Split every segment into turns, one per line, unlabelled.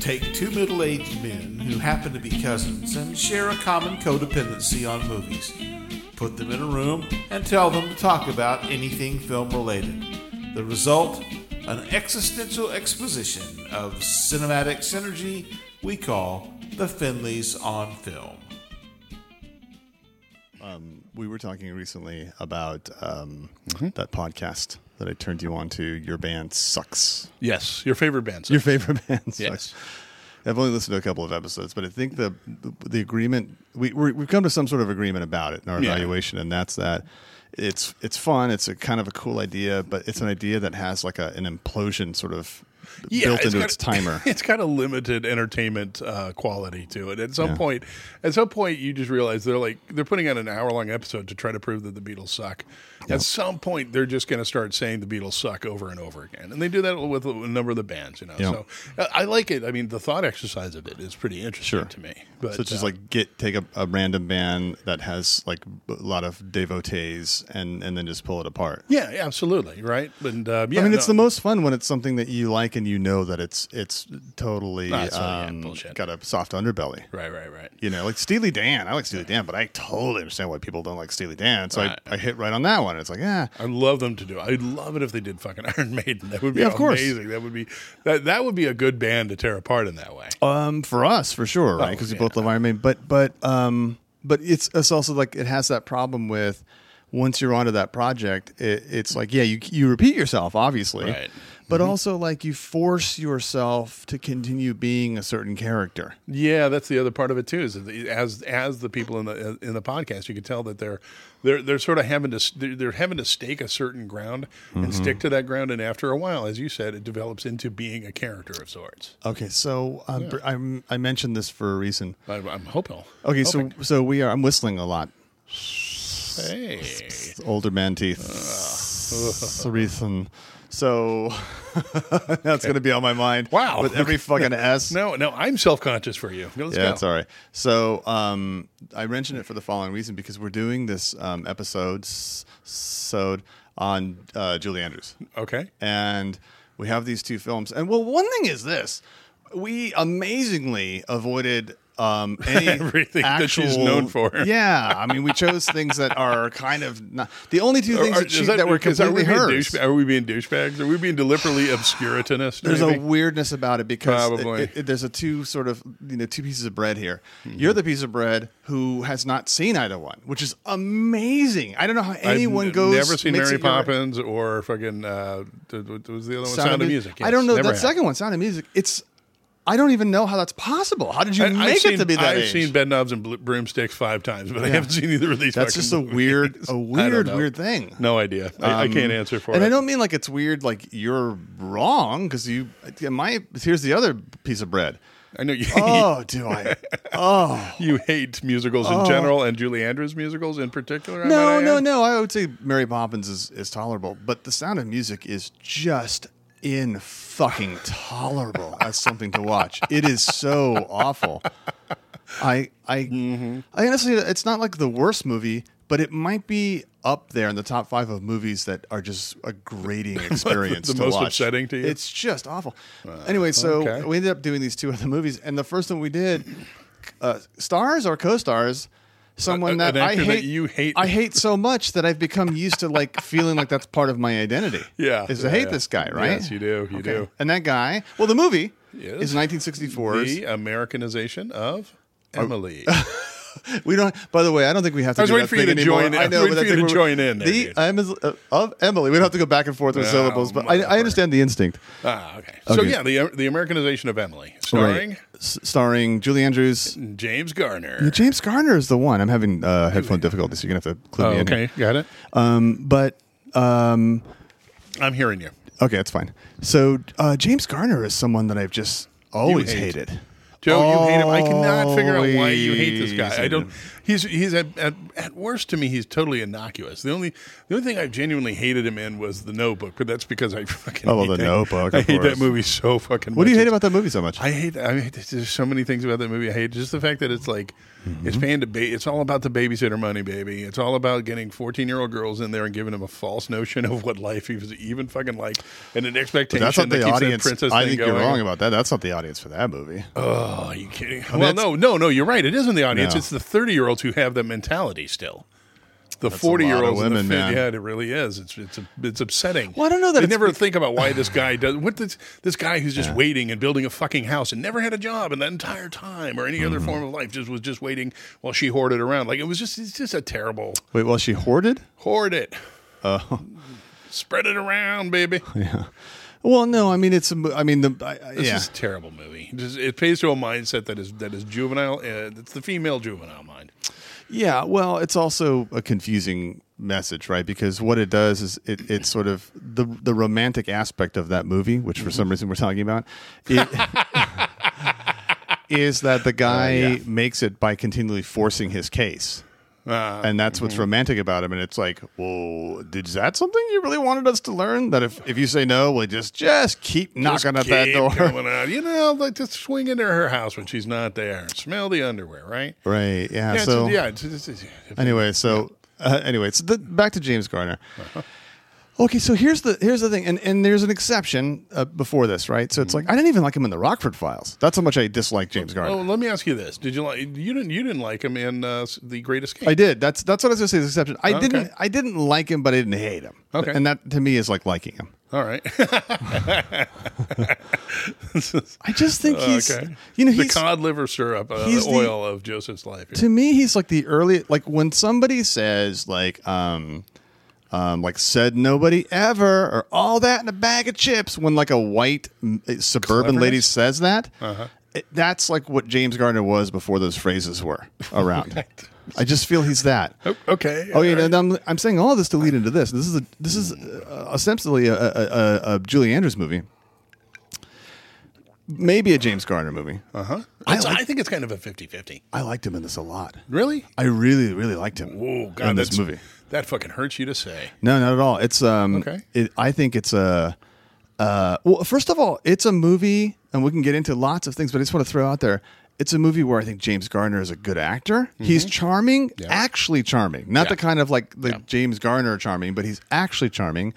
take two middle aged men who happen to be cousins and share a common codependency on movies. Put them in a room and tell them to talk about anything film related. The result? An existential exposition of cinematic synergy we call the Finleys on Film.
We were talking recently about um,
Mm-hmm.
that podcast that I turned you on to. Your band sucks.
Yes, your favorite bands.
Your favorite band sucks.
Yes.
I've only listened to a couple of episodes, but I think the the agreement we we're, we've come to some sort of agreement about it in our
Yeah.
evaluation, and that's that it's it's fun. It's a kind of a cool idea, but it's an idea that has like a, an implosion sort of built into
got-
its timer.
It's got a limited entertainment uh, quality to it. At some
Yeah.
point, at some point, you just realize they're like they're putting out an hour long episode to try to prove that the Beatles suck. At some point, they're just going to start saying the Beatles suck over and over again, and they do that with a number of the bands. You know,
Yeah.
so uh, I I like it. I mean, the thought exercise of it is pretty interesting
Sure.
to me. But
so just
uh,
like get take a, a random band that has like a lot of devotees and and then just pull it apart.
yeah, yeah, absolutely, right. And uh, yeah,
I mean, it's
no.
the most fun when it's something that you like and you know that it's it's totally
Ah, it's totally, yeah,
um,
bullshit.
got a soft underbelly.
right, right, right.
You know, like Steely Dan. I like Steely Dan, but I totally understand why people don't like Steely Dan. So
Right.
I, I hit right on that one. It's like, yeah,
I love them to do. I'd love it if they did fucking Iron Maiden. That would be
Yeah, of course.
amazing. That would be that, that would be a good band to tear apart in that way.
um, for us, for sure, right?
Oh,
Because we both love Iron Maiden. But but um, but it's it's also like it has that problem with once you're onto that project, it, it's like yeah, you you repeat yourself, obviously,
Right. Mm-hmm.
but also like you force yourself to continue being a certain character.
Yeah, that's the other part of it too. Is that the- as as the people in the in the podcast, you can tell that they're they're they're sort of having to they're, they're having to stake a certain ground and stick to that ground. And after a while, as you said, it develops into being a character of sorts.
Okay, so um, br- I'm, I mentioned this for a reason.
I, I'm hoping.
Okay, so so we are. I'm whistling a lot.
Hey,
It's older man teeth. It's the reason. So that's gonna be on my mind.
Wow.
With every fucking s.
no, no, I'm self conscious for you. Let's
yeah,
go.
it's all right. So um, I mentioned it for the following reason because we're doing this um, episode s- sode on uh, Julie Andrews.
Okay.
and we have these two films. And well, one thing is this: we amazingly avoided um, any
Everything that
actual,
she's known for.
Yeah, I mean, we chose things that are kind of not the only two things
Are-
that, she,
is
that, were
is- are
completely
we being
hers.
douche- Are we being douchebags? Are we being deliberately obscuratinist?
There's a
maybe?
weirdness about it because it-
Probably.
it- it- there's a two sort of you know two pieces of bread here.
Mm-hmm.
You're the piece of bread who has not seen either one, which is amazing. I don't know how
I've
anyone
n-
goes.
Never seen
makes
Mary
it your-
Poppins or fucking. Uh, th- what was the other one? Sound, of
Mu-
Music.
I don't know
Yes,
that
never have.
second one, Sound of Music. It's I don't even know how that's possible. How did you
I- I've
make it
seen-
to be that
I've
age?
seen Bed Knobs and Bl- Broomsticks five times, but I haven't seen either of these.
that's
fucking
just a
movies.
weird,
I
a
don't
weird,
know.
weird thing.
No idea. I, I
Um,
can't answer for
and
it.
I don't mean like it's weird, like you're wrong, because you. My here's the other piece of bread.
I know you.
Oh, do I? Oh,
you hate musicals in general and Julie Andrews musicals in particular. I might
no,
add.
no, no. I would say Mary Poppins is is tolerable, but The Sound of Music is just in fucking tolerable as something to watch. It is so awful. I I
Mm-hmm.
I honestly, it's not like the worst movie, but it might be up there in the top five of movies that are just a grating experience.
the
to
most
watch.
upsetting to you? Uh,
It's just awful. anyway, so
okay.
we ended up doing these two other movies, and the first one we did, uh, stars or co-stars. Someone
A-
that
Uh, an
I
actor
hate,
that you hate.
I hate so much that I've become used to like feeling like that's part of my identity.
Yeah,
is I
yeah,
hate
yeah.
this guy, right?
Yes, you do, you do.
And that guy, well, the movie
Yes.
is 1964's.
The Americanization of
Oh.
Emily.
We don't. By the way, I don't think we have to.
I was
do
waiting
that
for you
thing
to
anymore.
join in.
I know,
I was
but I
waiting for
think
you to
we're-
join in there,
The
dude.
Emma- uh, of Emily. We don't have to go back and forth with
Oh,
syllables, but I, I
motherfucker.
understand the instinct.
ah, okay. So
Okay.
yeah, the the Americanization of Emily, starring
S- starring Julie Andrews.
James Garner.
James Garner is the one. I'm having uh, headphone difficulties. So you're gonna have to clue
Oh,
me in.
okay, got it.
Um, but um,
I'm hearing you.
okay, that's fine. So uh, James Garner is someone that I've just always
hate.
hated.
Joe, you hate him. I cannot figure out why you hate
Always
this guy. I
hated
don't.
him.
He's he's at, at, at worst to me he's totally innocuous. The only the only thing I genuinely hated him in was The Notebook, but that's because I fucking
Oh, well,
hate
The
that-
Notebook,
I
of
hate that
course.
movie so fucking.
What do you
much.
hate
It's-
about that movie so much?
I hate. I hate. There's so many things about that movie. I hate just the fact that it's like
Mm-hmm.
it's fan debate. It's all about the babysitter money, baby. It's all about getting 14 year old girls in there and giving them a false notion of what life is even fucking like, and an expectation
That's not
that
the
keeps
audience.
that princess
I
thing
think
going.
you're wrong about that. That's not the audience for that movie.
Oh, are you kidding? well, no, no, no. You're right. It isn't the audience.
No.
It's the 30 year olds who have that mentality still. The
a lot of
forty year olds and the
women,
fifty.
man.
Yeah, it really is. It's it's it's upsetting.
Well, I don't know that
they
it's
never
be-
think about why this guy does what this this guy who's just waiting and building a fucking house and never had a job in that entire time or any
Mm-hmm.
other form of life just was just waiting while she hoarded around. Like it was just it's just a terrible
Wait, well, she hoarded?
hoard it.
Oh.
spread it around, baby.
Well, no. I mean, it's. a mo- I mean, the. I, I,
This
yeah.
is a terrible movie. It, just, it pays to a mindset that is that is juvenile. Uh, it's the female juvenile mind.
Yeah, well, it's also a confusing message, right? Because what it does is it, it's sort of the the romantic aspect of that movie, which for some reason we're talking about, it, is that the guy
Uh, yeah.
makes it by continually forcing his case.
Uh,
And that's what's romantic about him. And it's like, well, did is that something you really wanted us to learn? That if, if you say no, well, just just keep knocking at
Just
that
keep
door.
going on. You know, like just swing into her house when she's not there. Smell the underwear, right?
Right. Yeah.
Yeah,
so
it's, yeah. It's, it's, it's,
anyway so uh, anyway so the, back to james garner okay so here's the here's the thing and, and there's an exception uh, before this right so it's like i didn't even like him in the rockford files that's how much i dislike james garner
Mm-hmm. oh, let me ask you this: Did you like you didn't you didn't like him in uh, the Great Escape?
i did that's that's what i was gonna say is an exception i
Okay.
didn't i didn't like him but i didn't hate him
Okay.
and that to me is like liking him
All right,
i just think he's
Uh, okay.
you know
the
he's
cod liver syrup, uh,
he's
the
the-
oil of Joseph's life.
to me he's like the early like when somebody says like um um, like said nobody ever or all that in a bag of chips when like a white mm, suburban lady
Cleverness?
says that
Uh-huh.
it- that's like what james gardner was before those phrases were around i just feel he's that
Oh, okay.
Oh yeah,
all right.
and I'm, I'm saying all this to lead into this. This is a, this is uh, essentially a, a, a, a Julie Andrews movie, maybe a James Garner movie.
Uh-huh.
I
It's- I,
like-
think it's kind of a 50-50.
I liked him in this a lot.
Really?
I really really liked him
Oh God,
in this
that's-
movie.
that fucking hurts you to say.
No, not at all. It's um.
Okay.
It, I think it's a. Uh, well, first of all, it's a movie, and we can get into lots of things, but I just want to throw out there. It's a movie where I think James Garner is a good actor.
Mm-hmm.
He's charming, actually charming. Not the kind of like the James Garner charming, but he's actually charming.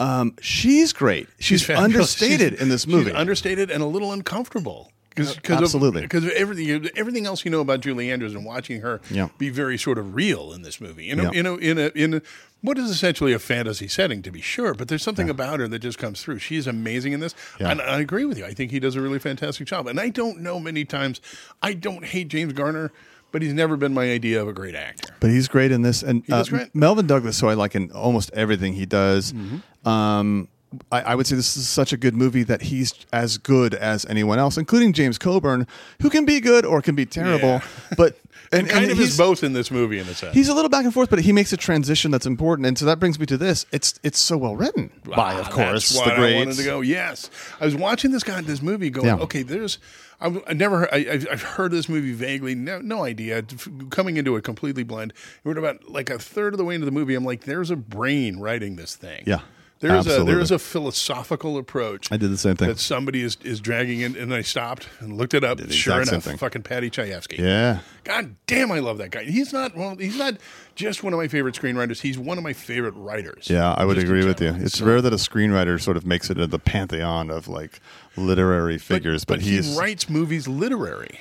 Um, she's great. She's,
Mm-hmm. fabulous.
understated
She's-
in this
she's
movie.
understated and a little uncomfortable. Cause,
absolutely.
Because everything, everything else you know about Julie Andrews and watching her
Yeah.
be very sort of real in this movie. You know,
Yeah.
you know, in a in a, what is essentially a fantasy setting to be sure, but there's something about her that just comes through. She's amazing in this,
Yeah.
and I agree with you. I think he does a really fantastic job. And I don't know many times. I don't hate James Garner, but he's never been my idea of a great actor.
But he's great in this, and uh,
does great.
Melvin Douglas, who I like in almost everything he does.
Mm-hmm.
Um, I, I would say this is such a good movie that he's as good as anyone else, including James Coburn, who can be good or can be terrible. But and,
kind
and
of
he's,
is both in this movie in a sense.
he's a little back and forth, but he makes a transition that's important, and so that brings me to this. It's it's so well written by, of
Ah,
course,
that's what
the
I wanted
greats.
to go. Yes, I was watching this guy, this movie, going,
Yeah.
okay, there's. I've, I never. I, I've, I've heard this movie vaguely. No, no idea. F- Coming into it completely blind. We're about like a third of the way into the movie. I'm like, there's a brain writing this thing.
Yeah,
There's a
absolutely.
there's a philosophical approach.
I did the same thing.
That somebody is, is dragging in, and I stopped and looked it up.
the
Sure
exact same
enough,
thing.
fucking Patty Chayefsky.
Yeah,
God damn, I love that guy. He's not well. He's not just one of my favorite screenwriters. He's one of my favorite writers.
yeah, I would
Just in
agree with you.
general.
It's rare that a screenwriter sort of makes it into the pantheon of like literary figures, but,
he
he's
writes movies literary.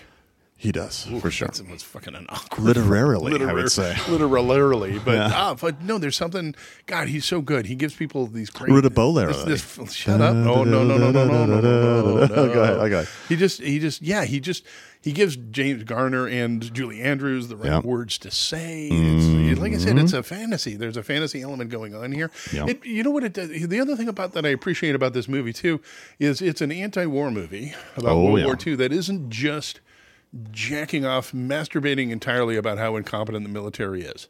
he does for sure.
That's was fucking an awkward.
literarily, I
Literary,
would say.
literarily, but ah, but no, there's something. God, he's so good. He gives people these great.
Rutabolero.
This, this, shut up! Oh no no no no no no no! no.
Go ahead, okay.
He just he just yeah he just he gives James Garner and Julie Andrews the right
Yeah. Mm-hmm.
words to say. It's, like I said, it's a fantasy. There's a fantasy element going on here.
Yeah.
It, you know what it does? The other thing about that I appreciate about this movie too is it's an anti-war movie about
Oh,
World
yeah.
War II that isn't just jacking off, masturbating entirely about how incompetent the military is.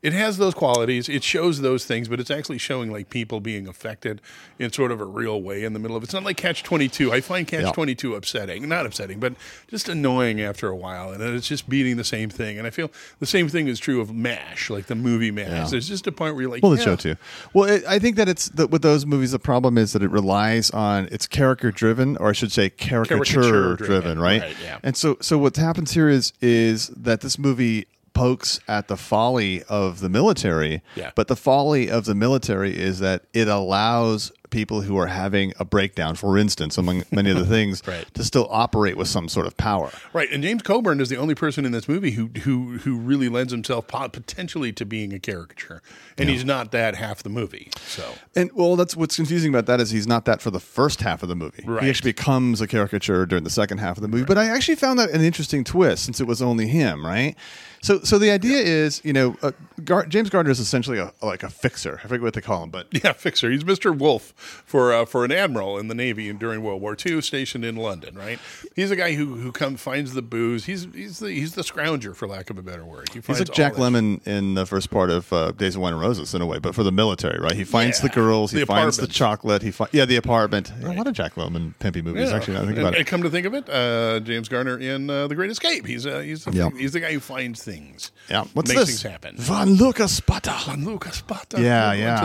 it has those qualities. It shows those things, but it's actually showing like people being affected in sort of a real way in the middle of it. It's not like Catch 22. I find Catch
Yeah.
22 upsetting, not upsetting, but just annoying after a while. And it's just beating the same thing. And I feel the same thing is true of MASH, like the movie MASH. There's just a point where you're like,
Well, the
yeah.
show too. Well, it, I think that it's that with those movies, the problem is that it relies on it's character driven, or I should say, caricature,
Caricature-driven,
driven, right?
right, yeah.
And so, so what happens here is is that this movie pokes at the folly of the military.
Yeah.
But the folly of the military is that it allows people who are having a breakdown, for instance, among many other things,
Right.
to still operate with some sort of power.
Right, and James Coburn is the only person in this movie who who who really lends himself po- potentially to being a caricature, and he's not that half the movie. So
And well, that's what's confusing about that is he's not that for the first half of the movie.
Right.
He actually becomes a caricature during the second half of the movie. But I actually found that an interesting twist since it was only him, right? So, so the idea is, you know, uh, Gar- James Gardner is essentially a, like a fixer. I forget what they call him, but
yeah, fixer. He's Mister Wolf for uh, for an admiral in the navy and during World War II, stationed in London. Right, he's a guy who who come finds the booze. He's he's the he's the scrounger for lack of a better word. He
he's
finds
like
all
Jack
that-
Lemon in the first part of uh, Days of Wine and Roses in a way, but for the military, right? He finds
Yeah.
the girls, he
The
finds
apartment.
the chocolate, he finds yeah, the apartment. A lot of Jack Lemon pimpy movies.
Yeah.
Actually, now I think
and,
about it.
and come to think of it, uh, James Garner in uh, The Great Escape. He's uh, he's the,
Yeah.
he's the guy who finds things.
Yeah, what's
makes
this?
things happen.
Von Lucas Butter.
And Lucas Bata.
Yeah,
went
yeah.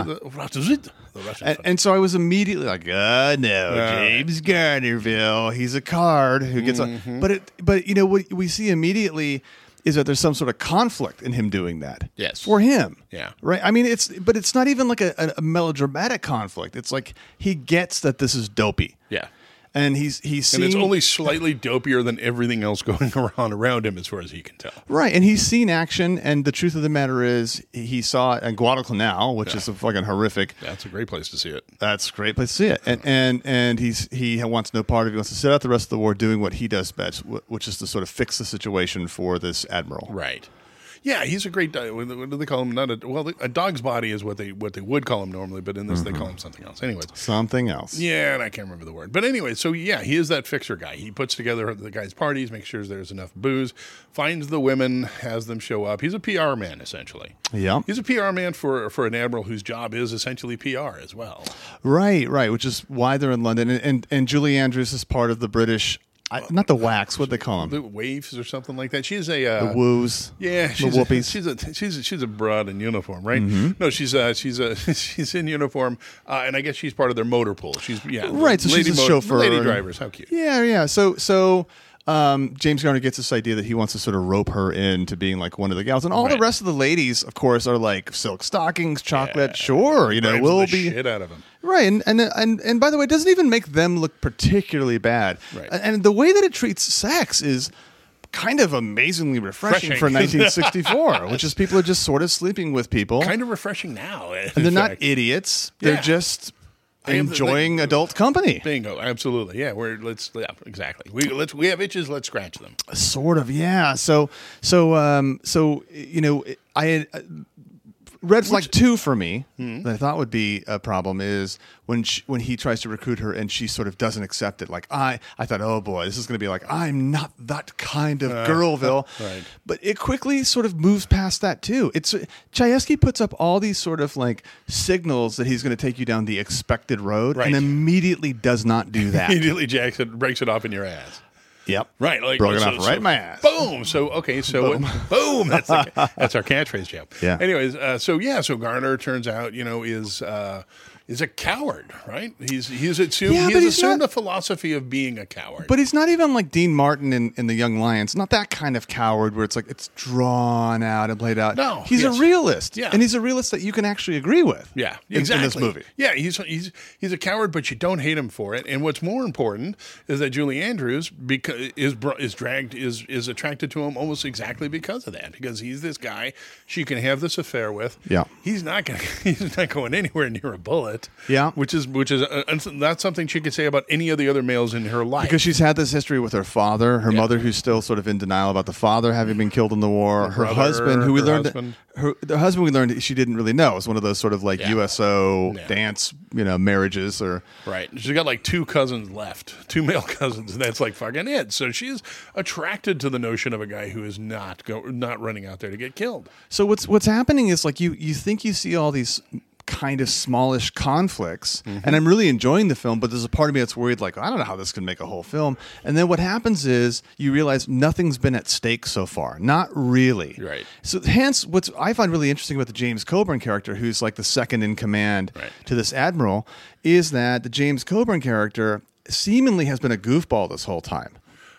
to The, the Russian
And, and so I was immediately like, "Oh no,
Uh, Yeah. Mm-hmm.
James Garnerville. He's a card who gets on." But it, but you know what we see immediately is that there's some sort of conflict in him doing that.
Yes.
for him.
Yeah.
right. I mean, it's but it's not even like a, a, a melodramatic conflict. It's like he gets that this is dopey.
Yeah.
and he's he's
And
seen
it's only slightly dopier than everything else going around around him, as far as he can tell.
Right, and he's seen action, and the truth of the matter is, he saw it in Guadalcanal, which is a fucking horrific
That's a great place to see it.
That's a great place to see it. And and and he's he wants no part of it. He wants to sit out the rest of the war doing what he does best, wh- which is to sort of fix the situation for this admiral.
Right. Yeah, he's a great. di- What do what do they call him? Not a well, a dog's body is what they what they would call him normally, but in this
Mm-hmm.
they call him something else. Anyways,
Something else.
Yeah, and I can't remember the word. But anyway, so yeah, he is that fixer guy. He puts together the guy's parties, makes sure there's enough booze, finds the women, has them show up. He's a PR man essentially.
Yeah.
He's a PR man for for an admiral whose job is essentially PR as well.
Right, right. Which is why they're in London. And and, and Julie Andrews is part of the British, I, not the wax. What they call them?
The waves or something like that. She's a uh,
The woos.
yeah,
the
she's
whoopies. Mm-hmm.
A, she's a she's a, she's a broad in uniform, right? No, she's uh she's a she's in uniform, uh, and I guess she's part of their motor pool. She's yeah,
Right, so she's a
mo-
chauffeur
lady
and-
drivers. How cute.
Yeah, yeah. So so um, James Garner gets this idea that he wants to sort of rope her into being like one of the gals, and all the
Right.
rest of the ladies, of course, are like silk stockings, chocolate. Sure, you know,
Drives
we'll
the
be
shit out of him.
right. And and and and by the way, it doesn't even make them look particularly bad.
Right.
And- And the way that it treats sex is. Kind of amazingly refreshing,
Refreshing.
for 1964, which is people are just sort of sleeping with people,
Kind of refreshing now.
and they're not idiots. They're
Yeah.
just
I am-
enjoying adult company.
Bingo, absolutely. Yeah, we're let's yeah, exactly. We let's we have itches, let's scratch them.
sort of yeah so so um so you know i had uh, red flag two for me
Hmm.
that i thought would be a problem is when she, when he tries to recruit her and she sort of doesn't accept it like i i thought oh boy this is going to be like i'm not that kind of girlville
Uh, right.
but it quickly sort of moves past that too it's uh, chayefsky puts up all these sort of like signals that he's going to take you down the expected road
Right.
and immediately does not do that
Immediately Jackson breaks it off in your ass.
yep
Right, like
broken
so-
off
so-
right in my ass
Boom. So okay, so boom. That's the, that's our catchphrase, Joe.
Yeah.
Anyways, uh, so yeah, so Garner turns out, you know, is uh, is a coward, right? He's he's assumed
Yeah,
he
but
has
he's
assumed
not-
the philosophy of being a coward.
But he's not even like Dean Martin in, in The Young Lions. Not that kind of coward where it's like it's drawn out and played out.
No,
he's
yes.
a realist.
Yeah.
And he's a realist that you can actually agree with.
Yeah,
in-
exactly.
In this movie.
Yeah, he's he's he's a coward, but you don't hate him for it. And what's more important is that Julie Andrews because is br- is dragged is is attracted to him almost exactly because of that. Because he's this guy she can have this affair with.
Yeah.
he's not going he's not going anywhere near a bullet. mullet.
Yeah.
which is which is uh, and that's something she could say about any of the other males in her life.
Because she's had this history with her father, her mother, who's still sort of in denial about the father having been killed in the war, her,
brother,
husband, who we
her
learned,
husband.
her the husband we learned she didn't really know. It was one of those sort of like
Yeah.
USO
Yeah.
dance, you know, marriages or
Right. She's got like two cousins left, two male cousins, and that's like fucking it. So she's attracted to the notion of a guy who is not go, not running out there to get killed.
So what's what's happening is like you you think you see all these kind of smallish conflicts and I'm really enjoying the film but there's a part of me that's worried like I don't know how this can make a whole film and then what happens is you realize nothing's been at stake so far not really
Right.
so hence what's I find really interesting about the James Coburn character who's like the second in command
Right.
to this admiral is that the James Coburn character seemingly has been a goofball this whole time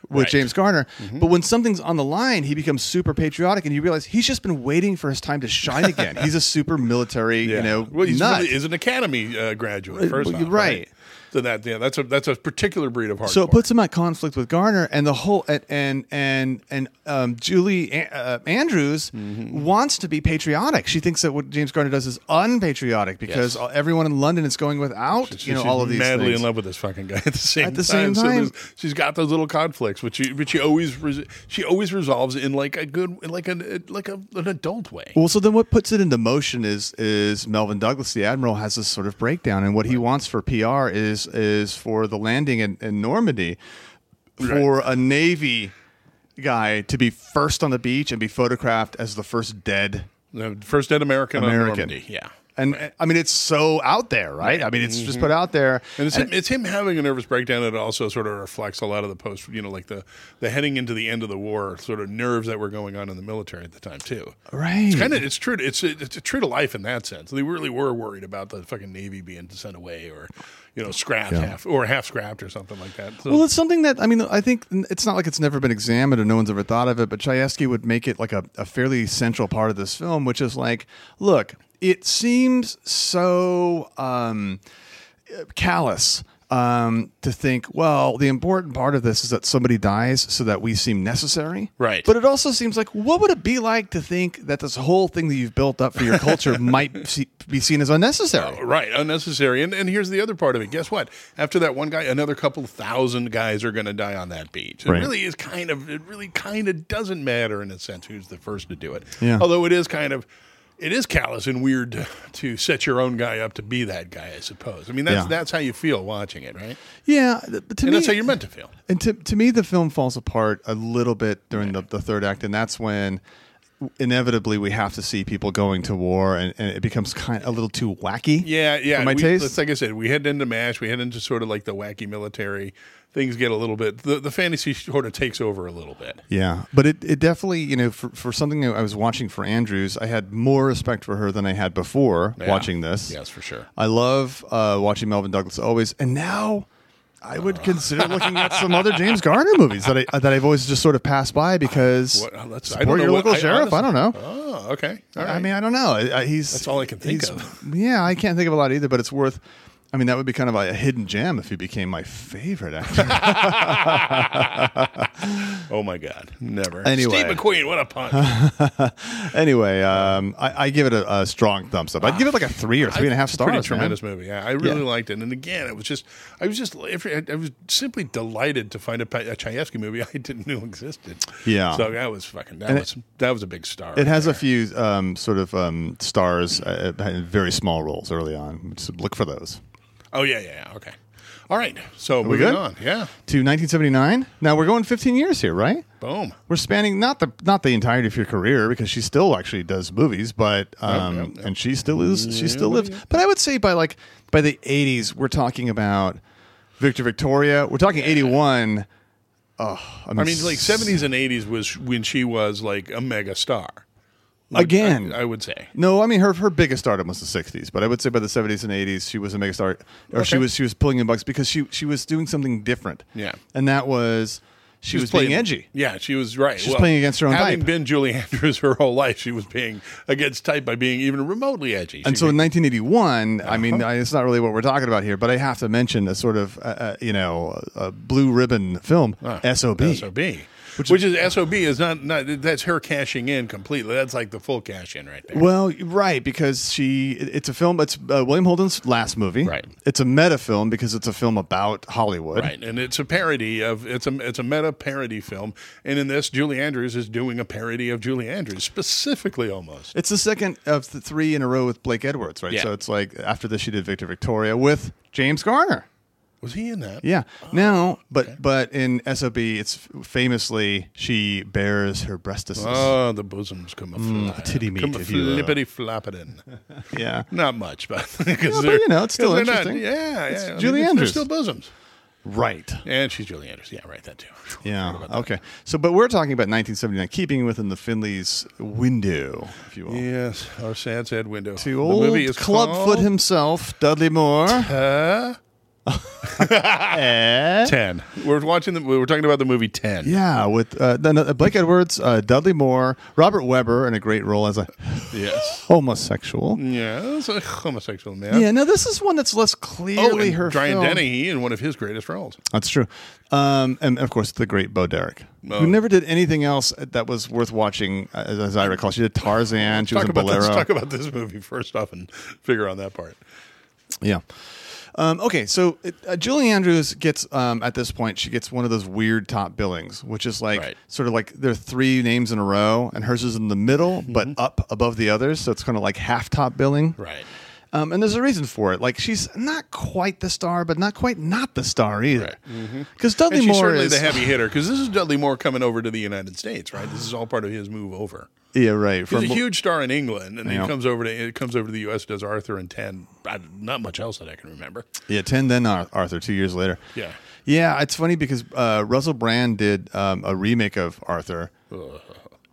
with
Right. Mm-hmm.
James Garner. But when something's on the line, he becomes super patriotic, and you realize he's just been waiting for his time to shine again. he's a super military, you know,
well, he's
nut.
really is an academy uh, graduate first,
well,
off,
right.
So that yeah, that's a that's a particular breed of hardcore.
so it puts him at conflict with Garner, and the whole and and and, and um, Julie uh, Andrews
Mm-hmm.
wants to be patriotic. She thinks that what James Garner does is unpatriotic because everyone in London is going without
She-
you know
she's
all of these
madly
things.
in love with this fucking guy at the same
At the same
time. So
time.
there's- she's got those little conflicts, which she which she always res- she always resolves in like a good like an like a, an adult way.
Well, so then what puts it into motion is is Melvin Douglas, the admiral, has this sort of breakdown, and what he wants for PR is is for the landing in, in Normandy for a navy guy to be first on the beach and be photographed as the first dead
The first dead American on
American.
Normandy. yeah. Mm-hmm.
And I mean, it's so out there, right? I mean, it's just put out there.
And it's, him, it's him having a nervous breakdown that also sort of reflects a lot of the post, you know, like the, the heading into the end of the war sort of nerves that were going on in the military at the time too.
Right.
It's kind of it's true. to- It's it's true to life in that sense. They really were worried about the fucking navy being sent away or, you know, scrapped half or half scrapped or something like that. So,
Well, it's something that I mean. I think n- it's not like it's never been examined or no one's ever thought of it. But Chayefsky would make it like a, a fairly central part of this film, which is like, look, it seems so um, callous um, to think. Well, the important part of this is that somebody dies so that we seem necessary,
Right.
But it also seems like, what would it be like to think that this whole thing that you've built up for your culture might se- be seen as unnecessary?
Right, unnecessary. And and here's the other part of it. Guess what? After that one guy, another couple thousand guys are going to die on that beach. It
Right.
really is kind of it really kind of doesn't matter in a sense who's the first to do it.
Yeah.
Although it is kind of it is callous and weird to, to set your own guy up to be that guy, I suppose. I mean, that's
Yeah.
that's how you feel watching it, right?
Yeah, th- but to
And
me,
that's how you're meant to feel.
And to, to me, the film falls apart a little bit during the, the third act, and that's when inevitably we have to see people going to war, and, and it becomes kind a little too wacky.
Yeah, yeah.
For my
we,
taste.
It's like I said, we head into MASH. We head into sort of like the wacky military. Things get a little bit. The, the fantasy sort of takes over a little bit.
Yeah, but it, it definitely, you know, for, for something that I was watching for Andrews, I had more respect for her than I had before
Yeah.
watching this.
Yes, for sure.
I love uh, watching Melvin Douglas always, and now I would consider looking at some other James Garner movies that I that I've always just sort of passed by because
What, uh, let's- I
support
don't know
your
what-
local
I
sheriff. I don't know.
Oh, okay. All right.
I mean, I don't know. I, I- he's
That's all I can think
he's-
of.
Yeah, I can't think of a lot either. But it's worth. I mean, that would be kind of a hidden gem if he became my favorite actor.
oh my God, never.
Anyway.
Steve McQueen, what a pun!
anyway, um, I, I give it a, a strong thumbs up. I'd give it like a three or three and a half stars.
Pretty
man.
tremendous movie. Yeah, I really
Yeah.
liked it. And again, it was just, I was just, I I was simply delighted to find a, Pa- a Chayefsky movie I didn't know existed.
Yeah.
So that was fucking. That
And it-
was that was a big star.
It has a few um, sort of um, stars, uh, uh, very small roles early on. Just look for those.
oh yeah, yeah. yeah. Okay. All right. So
we
moving
good?
on. Yeah.
To 1979. Now we're going 15 years here, right?
Boom.
We're spanning not the not the entirety of your career because she still actually does movies, but
Oh,
um,
Yep, yep, yep.
and she still is she still lives. But I would say by like by the 80s, we're talking about Victor Victoria. We're talking 81. Oh, I mean,
I mean, like 70s and 80s was when she was like a mega star.
again.
I, I would say.
No, I mean her her biggest stardom was the '60s, but I would say by the '70s and '80s she was a megastar, or she
Okay.
was she was pulling in bucks because she she was doing something different.
Yeah.
and that was She was being
playing-
edgy.
Yeah, she was right.
She was playing against her own
having
type.
been Julie Andrews her whole life, she was being against type by being even remotely edgy.
And
She
so in 1981, I mean,
Uh-huh.
I, it's not really what we're talking about here, but I have to mention a sort of, uh, uh, you know, a blue ribbon film,
Ah,
SOB.
SOB. Which, is SOB is not, not that's her cashing in completely. That's like the full cash in right there.
Well, right, because she it- it's a film. It's uh, William Holden's last movie.
Right.
It's a meta film because it's a film about Hollywood.
Right, and it's a parody of it's a it's a meta parody film, and in this, Julie Andrews is doing a parody of Julie Andrews specifically, almost.
It's the second of the three in a row with Blake Edwards, right?
Yeah.
So it's like after this, she did Victor Victoria with James Garner.
Was he in that?
Yeah. now, but but in SOB, it's famously she bears her breastises.
Oh, the bosoms come a flying,
Mm, titty meat,
come a
if you will.
flippity flopping.
yeah.
Not much, but because
but you know, it's still interesting.
yeah,
It's
yeah. I mean,
Julie
they're-
Andrews.
They're still bosoms,
Right.
and she's Julie Andrews. Yeah, right. That too. Forgot
Yeah.
about that.
Okay. So, but we're talking about 1979, keeping within the Finley's window, if you will.
Yes, our sad, sad window.
To old Clubfoot himself, Dudley Moore.
Uh,
Eh?
Ten. We're watching the. We're talking about the movie Ten.
Yeah, with uh, no, no, Blake Edwards, uh, Dudley Moore, Robert Weber in a great role as a
Yes.
homosexual.
Mm, Yeah, it's a homosexual man.
Yeah, now this is one that's less
Oh,
clearly
and
her
Brian
film.
Dennehy in one of his greatest roles.
That's true. Um, and of course, the great Bo Derek, who never did anything else that was worth watching, as, as I recall. She did Tarzan, she was
Talk
in
about,
Bolero.
this, talk about this movie first off and figure on that part.
Yeah. Um, okay, so uh, Julie Andrews gets um, at this point she gets one of those weird top billings, which is like
Right.
sort of like there are three names in a row, and hers is in the middle,
Mm-hmm.
but up above the others, so it's kind of like half top billing.
Right.
Um, and there's a reason for it. Like she's not quite the star, but not quite not the star either. Because
Mm-hmm. And
Dudley
she's
Moore
certainly
is
the heavy hitter because this is Dudley Moore coming over to the United States, right? This is all part of his move over.
yeah right
He's
from
a huge star in England, and then
Yeah.
he comes over to he comes over to the U.S. Does Arthur and Ten? I, not much else that I can remember.
yeah ten then Ar- Arthur two years later.
Yeah.
yeah. It's funny because uh, Russell Brand did um, a remake of Arthur,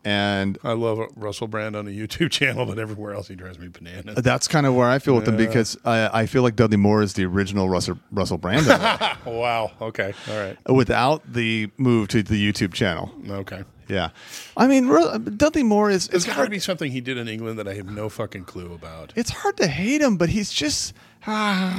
and
I love Russell Brand on the YouTube channel, but everywhere else he drives me bananas.
That's kind of where I feel with them because I, I feel like Dudley Moore is the original Russell Russell Brand
Uh, wow. Okay. All right.
without the move to the YouTube channel.
Okay.
Yeah, I mean Ru- Dudley Moore is
It's
it's
got to
hard,
be something he did in England that I have no fucking clue about.
it's hard to hate him, but he's just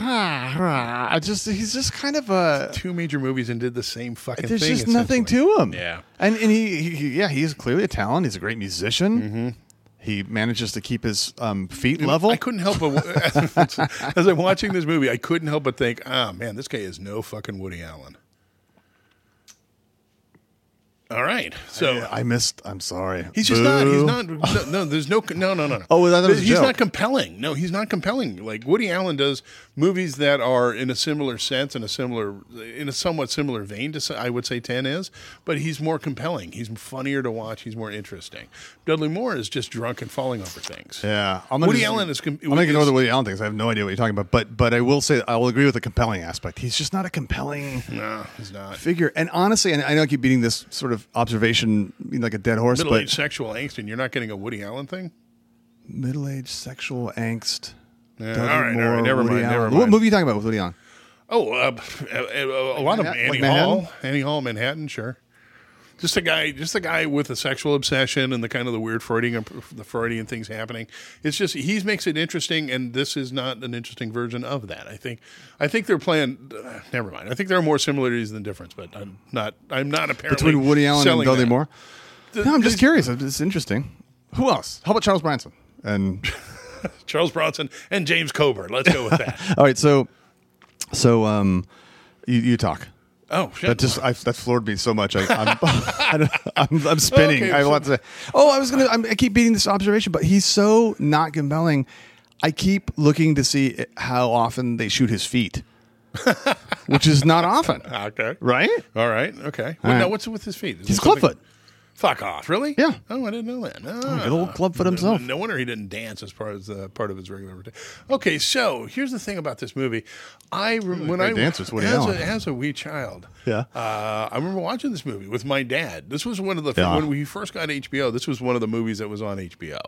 I just he's just kind of a
Two major movies and did the same fucking
there's
thing.
just nothing
essentially.
to him.
Yeah.
and and he, he he- yeah he's clearly a talent. He's a great musician. He manages to keep his um, feet level.
Mm-hmm. I couldn't help but as I'm watching this movie, I couldn't help but think, ah, man, this guy is no fucking Woody Allen. All right, so
I missed. I'm sorry.
he's just not. He's
Boo.
not. No, no, there's no. No, no, no, no.
Oh, well, I thought it was a
he's
joke.
not compelling. No, he's not compelling. Like Woody Allen does movies that are in a similar sense, in a similar, in a somewhat similar vein to s- I would say Ten is, but he's more compelling. He's funnier to watch. He's more interesting. Dudley Moore is just drunk and falling over things.
Yeah, I'm
Woody
just-
Allen is com-
I'm not ignore
is-
the Woody Allen things. I have no idea what you're talking about, but but I will say I will agree with the compelling aspect. He's just not a compelling
No, he's not.
figure. And honestly, and I know I keep beating this sort of observation you know, like a dead horse,
middle
but
aged sexual angst and you're not getting a Woody Allen thing?
middle aged sexual angst.
Yeah,
Dudley
all right, all
Moore,
right, never
Woody
mind, never
Allen.
mind.
What movie are you talking about with Woody Allen?
Oh, uh, pff, a, a- a lot of
Manha-
Annie
like Manhattan?
Hall, Annie Hall, Manhattan, sure. Just a guy, just a guy with a sexual obsession and the kind of the weird Freudian, the Freudian things happening. It's just he makes it interesting, and this is not an interesting version of that. I think, I think they're playing. Uh, never mind. I think there are more similarities than difference, but I'm not. I'm not apparently
Between Woody Allen and
selling
Dudley
that.
Moore. No, I'm just
the-
curious. It's interesting. Who else? How about Charles Branson? And
Charles Bronson and James Coburn. Let's go with that.
all right, so so um, you, you talk.
oh shit!
That just I, that floored me so much. I, I'm, I don't- I'm, I'm spinning.
Okay,
I
so-
want to. Oh, I was gonna. I'm, I keep beating this observation, but he's so not compelling. I keep looking to see how often they shoot his feet, which is not often,
okay.
right?
All right. Okay. Well,
right.
Now, what's with his feet? Is
He's
it something-
clubfoot.
Fuck off! Really?
Yeah.
Oh, I didn't know that. No,
Good old clubfoot himself.
No, wonder he didn't dance as part as uh, part of his regular routine. Okay, so here's the thing about this movie. I rem- when
great
I
dancers, Woody
as
Allen.
a, as a wee child.
Yeah.
Uh, I remember watching this movie with my dad. This was one of the
Yeah. Mm-hmm.
when we first got HBO. This was one of the movies that was on HBO.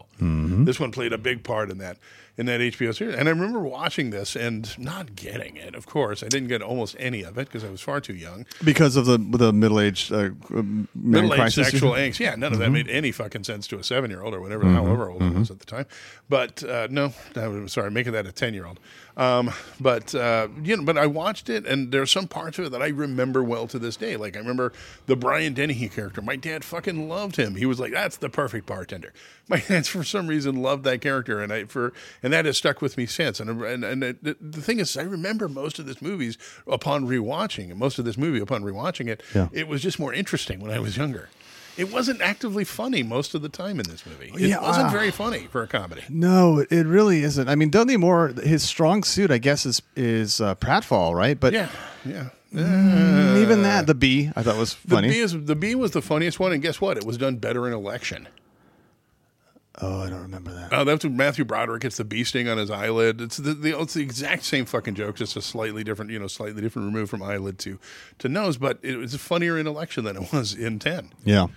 This one played a big part in that. in that HBO series. And I remember watching this and not getting it. Of course, I didn't get almost any of it because I was far too young.
because of the the middle aged uh, man
Middle aged
crisis. Mm-hmm.
sexual angst. Yeah, none of that made any fucking sense to a seven year old or whatever, however old
Mm-hmm.
I was at the time. But uh, no, I'm sorry, making that a ten year old. Um, but uh, you know, but I watched it, and there's some parts of it that I remember well to this day. Like I remember the Brian Dennehy character. My dad fucking loved him. He was like, "That's the perfect bartender." My dad, for some reason, loved that character, and I for and that has stuck with me since. And and, and it- the, the thing is, I remember most of this movies upon rewatching, and most of this movie upon rewatching it,
Yeah.
it was just more interesting when I was younger. It wasn't actively funny most of the time in this movie. It
Yeah,
wasn't
ah.
very funny for a comedy.
No, it- it really isn't. I mean, Dudley Moore, his strong suit, I guess, is is uh, pratfall, right? But
Yeah, yeah.
even that, the bee, I thought was
The
funny.
B, is, the B was the funniest one, and guess what? It was done better in election.
oh, I don't remember that.
Oh, that's when Matthew Broderick gets the bee sting on his eyelid. It's the, the it's the exact same fucking joke, just a slightly different, you know, slightly different remove from eyelid to to nose. But it was funnier in election than it was in ten.
Yeah.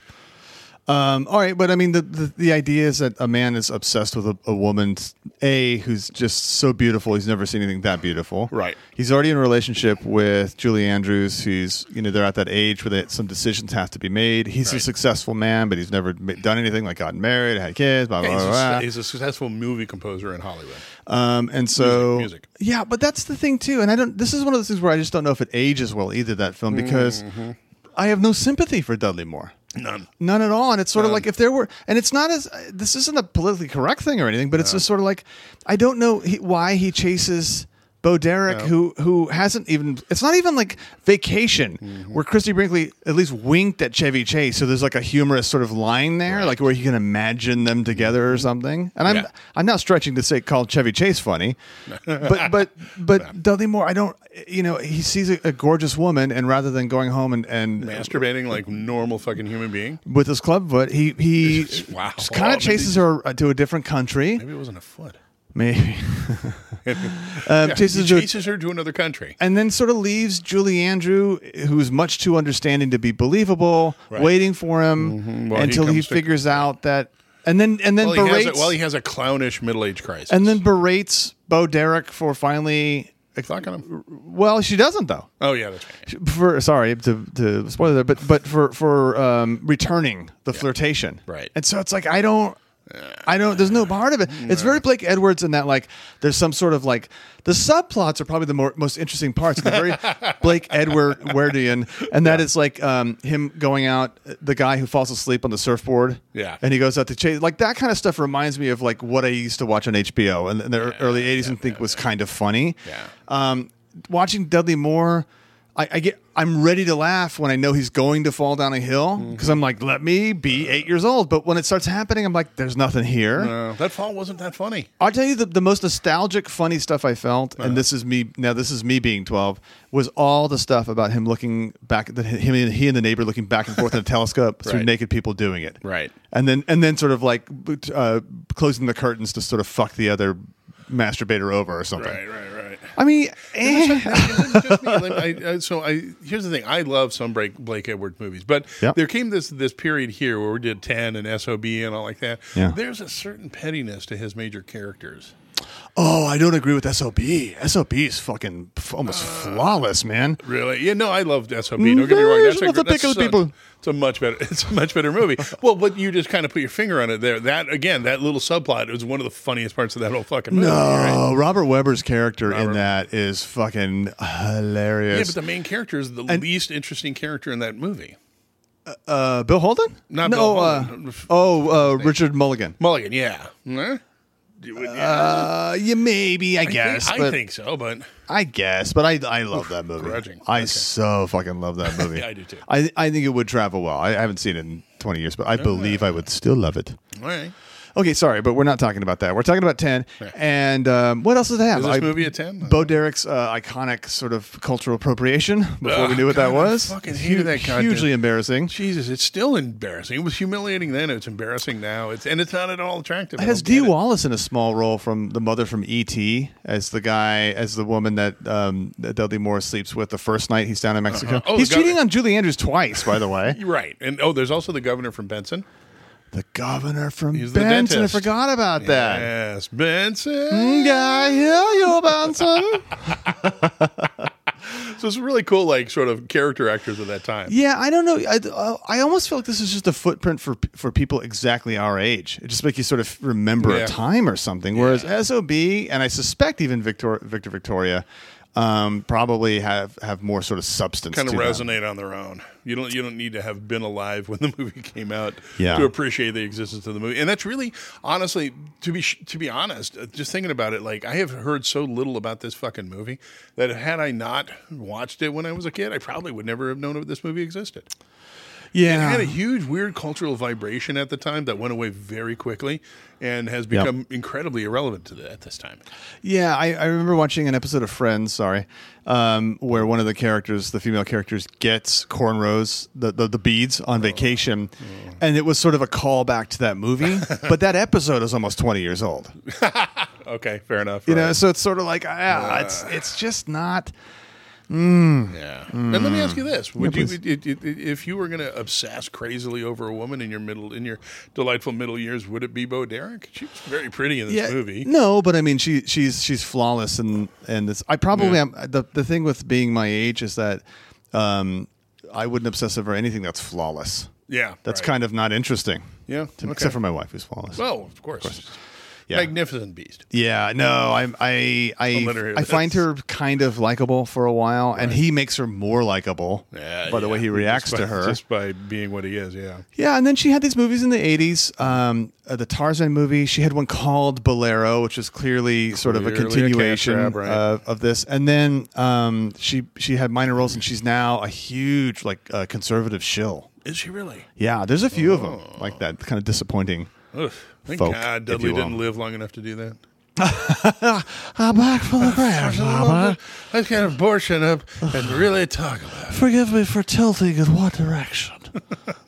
Um, all right, but I mean, the, the the idea is that a man is obsessed with a, a woman, a who's just so beautiful. He's never seen anything that beautiful.
Right.
He's already in a relationship with Julie Andrews, who's you know they're at that age where they, some decisions have to be made. He's a
Right.
successful man, but he's never ma- done anything like gotten married, had kids, blah blah
he's,
blah.
a,
blah.
he's a successful movie composer in Hollywood.
Um, and so,
Music, music.
yeah, but that's the thing too. And I don't. This is one of those things where I just don't know if it ages well either. That film because
Mm-hmm.
I have no sympathy for Dudley Moore.
None.
None at all. And it's sort of like if there were, and it's not as uh, this isn't a politically correct thing or anything, but it's just sort of like I don't know he, why he chases Bo Derek, who who hasn't even. It's not even like Vacation, where Christy Brinkley at least winked at Chevy Chase. So there's like a humorous sort of line there, like where you can imagine them together or something. And I'm
Yeah.
I'm not stretching to say call Chevy Chase funny, but but but Dudley Moore, I don't. You know, he sees a, a gorgeous woman, and rather than going home and and
Masturbating like normal fucking human being.
with his club foot. He he
Wow.
kind of chases her uh, to a different country,
Maybe it wasn't a foot.
maybe,
Um,
chases her-
he chases her to another country.
and then sort of leaves Julie Andrew, who's much too understanding to be believable,
Right. Mm-hmm.
waiting for him
Well, he
until he,
comes to-
figures out that, and then and then
Well, he has a,
berates
well, he has a clownish middle age crisis.
and then berates Bo Derek for finally.
fucking him.
Well, she doesn't though.
Oh yeah, that's right.
for sorry to to spoil that, but but for for um, returning the flirtation,
Right.
And so it's like I don't. I don't. There's no part of it. It's very Blake Edwards in that, like, there's some sort of like the subplots are probably the more, most interesting parts. The very Blake Edward Edwardian, and that is like um, him going out, the guy who falls asleep on the surfboard,
Yeah.
and he goes out to chase. Like that kind of stuff reminds me of like what I used to watch on HBO in the early '80s and think was kind of funny
Yeah.
um, watching Dudley Moore, I, I get I'm ready to laugh when I know he's going to fall down a hill
Mm-hmm.
because I'm like, let me be eight years old. But when it starts happening, I'm like, there's nothing here.
Uh, that fall wasn't that funny.
I'll tell you the, the most nostalgic, funny stuff I felt, and this is me now. This is me being twelve. Was all the stuff about him looking back, that him and he and the neighbor looking back and forth in a telescope through
Right.
naked people doing it,
Right.
And then and then sort of like uh, closing the curtains to sort of fuck the other masturbator over or something.
right, right.
I mean, eh.
It's just me. Like, I, I, so I here's the thing. I love some Blake, Blake Edward movies, but
Yeah.
there came this this period here where we did Ten and Sob and all like that.
Yeah.
There's a certain pettiness to his major characters.
Oh, I don't agree with SOB. SOB is fucking f- almost
Uh,
flawless, man.
Really? Yeah, no, I loved SOB. Don't get me wrong. That's
Version
a,
of the
that's
Pickle
such-
People.
It's a much better. It's a much better movie. well, but you just kind of put your finger on it there. That again, that little subplot was one of the funniest parts of that whole fucking movie.
No,
right?
Uh, Robert Weber's character in
Robert-
that is fucking
Yeah,
hilarious.
but the main character is the least interesting character in that movie.
uh, Bill Holden?
Not
no,
Bill Holden.
Uh, oh, uh, Richard Mulligan.
Mulligan, yeah. Huh? You would- yeah.
Uh, yeah, maybe I,
I
guess.
think-
but
I think so, but
I guess, but I I love that movie.
grudging.
I
Okay.
so fucking love that movie.
Yeah, I do too.
I I think it would travel well. I, I haven't seen it in twenty years, but I believe I would still love it.
all right.
Okay, sorry, but we're not talking about that. We're talking about ten. And um, what else does it have?
Is this
I-
movie a ten?
Bo Derek's uh, iconic sort of cultural appropriation before we
Ugh,
knew what that
God, I
was.
fucking hated that guy,
Hugely
dude.
embarrassing.
Oh, Jesus, it's still embarrassing. It was humiliating then. It's embarrassing now. It's and it's not at all attractive. I
It has
don't get
Dee
it.
Wallace in a small role from the mother from E.T. as the guy, as the woman that, um, that Dudley Moore sleeps with the first night he's down in Mexico.
Oh,
he's
the guy-
cheating on Julie Andrews twice, by the way.
You're right. And oh, there's also the governor from Benson.
The governor from
He's the
Benson. I
dentist.
forgot about that.
Yes, Benson.
I hear you, Benson.
So it's really cool, like sort of character actors of that time.
yeah, I don't know. I, I almost feel like this is just a footprint for for people exactly our age. It just makes you sort of remember
Yeah.
a time or something. Whereas SOB and I suspect even Victor Victor Victoria um, probably have have more sort of substance.
Kind of
to them.
resonate on their own. You don't you don't need to have been alive when the movie came out
Yeah.
to appreciate the existence of the movie. And that's really honestly to be sh- to be honest, uh, just thinking about it, like I have heard so little about this fucking movie that had I not watched it when I was a kid, I probably would never have known that this movie existed. It
Yeah.
had a huge, weird cultural vibration at the time that went away very quickly and has
Yep.
become incredibly irrelevant to that at this time.
Yeah, I, I remember watching an episode of Friends, sorry, um, where one of the characters, the female characters, gets cornrows, the, the, the beads on vacation. And it was sort of a callback to that movie. but that episode is almost 20 years old.
Okay, fair enough.
You
right.
know, so it's sort of like, ah, it's, it's just not.
Yeah. And let me ask you this: Would
Yeah,
you, it, it, it- if you were going to obsess crazily over a woman in your middle, in your delightful middle years, would it be Bo Derek? She was very pretty in this movie.
No, but I mean, she she's she's flawless, and and this I probably am. The the thing with being my age is that um, I wouldn't obsess over anything that's flawless.
Yeah,
That's
right.
kind of not interesting.
Yeah,
to,
okay.
except for my wife who's flawless.
Well, of course,
Yeah.
magnificent beast.
Yeah, no, I'm, I
let her hear
I I
this.
find her kind of likable for a while, and he makes her more likable
Yeah,
by the
yeah.
way he reacts
Just
to
by-
her.
just by being what he is. Yeah,
yeah, and then she had these movies in the '80s, um, uh, the Tarzan movie. She had one called Bolero, which is clearly sort of a
Clearly a cat
continuation
grab, right.
of, of this. And then um, she she had minor roles, and she's now a huge like uh, conservative shill.
is she really?
Yeah, there's a few of
Oh.
them like that, kind of disappointing.
Ugh, thank
Folk,
God
if
Dudley
you will.
didn't live long enough to do that.
I'm back from the grave,
I got abortion up and really talk about it.
Forgive me for tilting in one direction.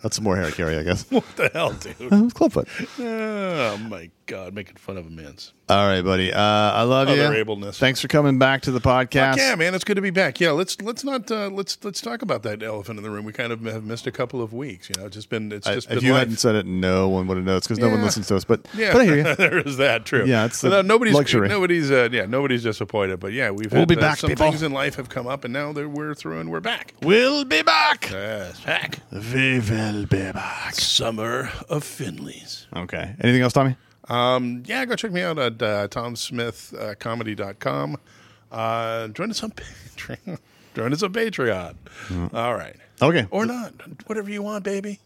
That's more hair carry, I guess.
what the hell, dude.
Uh, it's Clubfoot.
Oh my God, making fun of immense.
All right, buddy. Uh, I love you.
Other ableness.
Thanks for coming back to the podcast.
Yeah, man, it's good to be back. Yeah, let's let's not uh, let's let's talk about that elephant in the room. We kind of have missed a couple of weeks. You know, it's just been it's
I-
just
if
been
you
life.
hadn't said it, no one would have noticed because no one
Yeah.
listens to us. But
yeah,
but I hear you.
there is that true.
Yeah, it's
But,
the
uh, nobody's
luxury.
Nobody's uh, yeah, nobody's disappointed. But yeah, we've
We'll
had,
be
uh,
back,
Some
people.
things in life have come up, and now they're, we're through and we're back.
We'll be back.
Yes, back.
We will be back.
Summer of Finley's.
Okay. Anything else, Tommy?
Um, yeah, go check me out at uh, tomsmithcomedy.com. Uh, join us on Patreon. join us on Patreon.
Mm.
All right.
Okay.
Or not. Whatever you want, baby.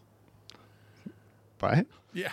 Bye.
Yeah.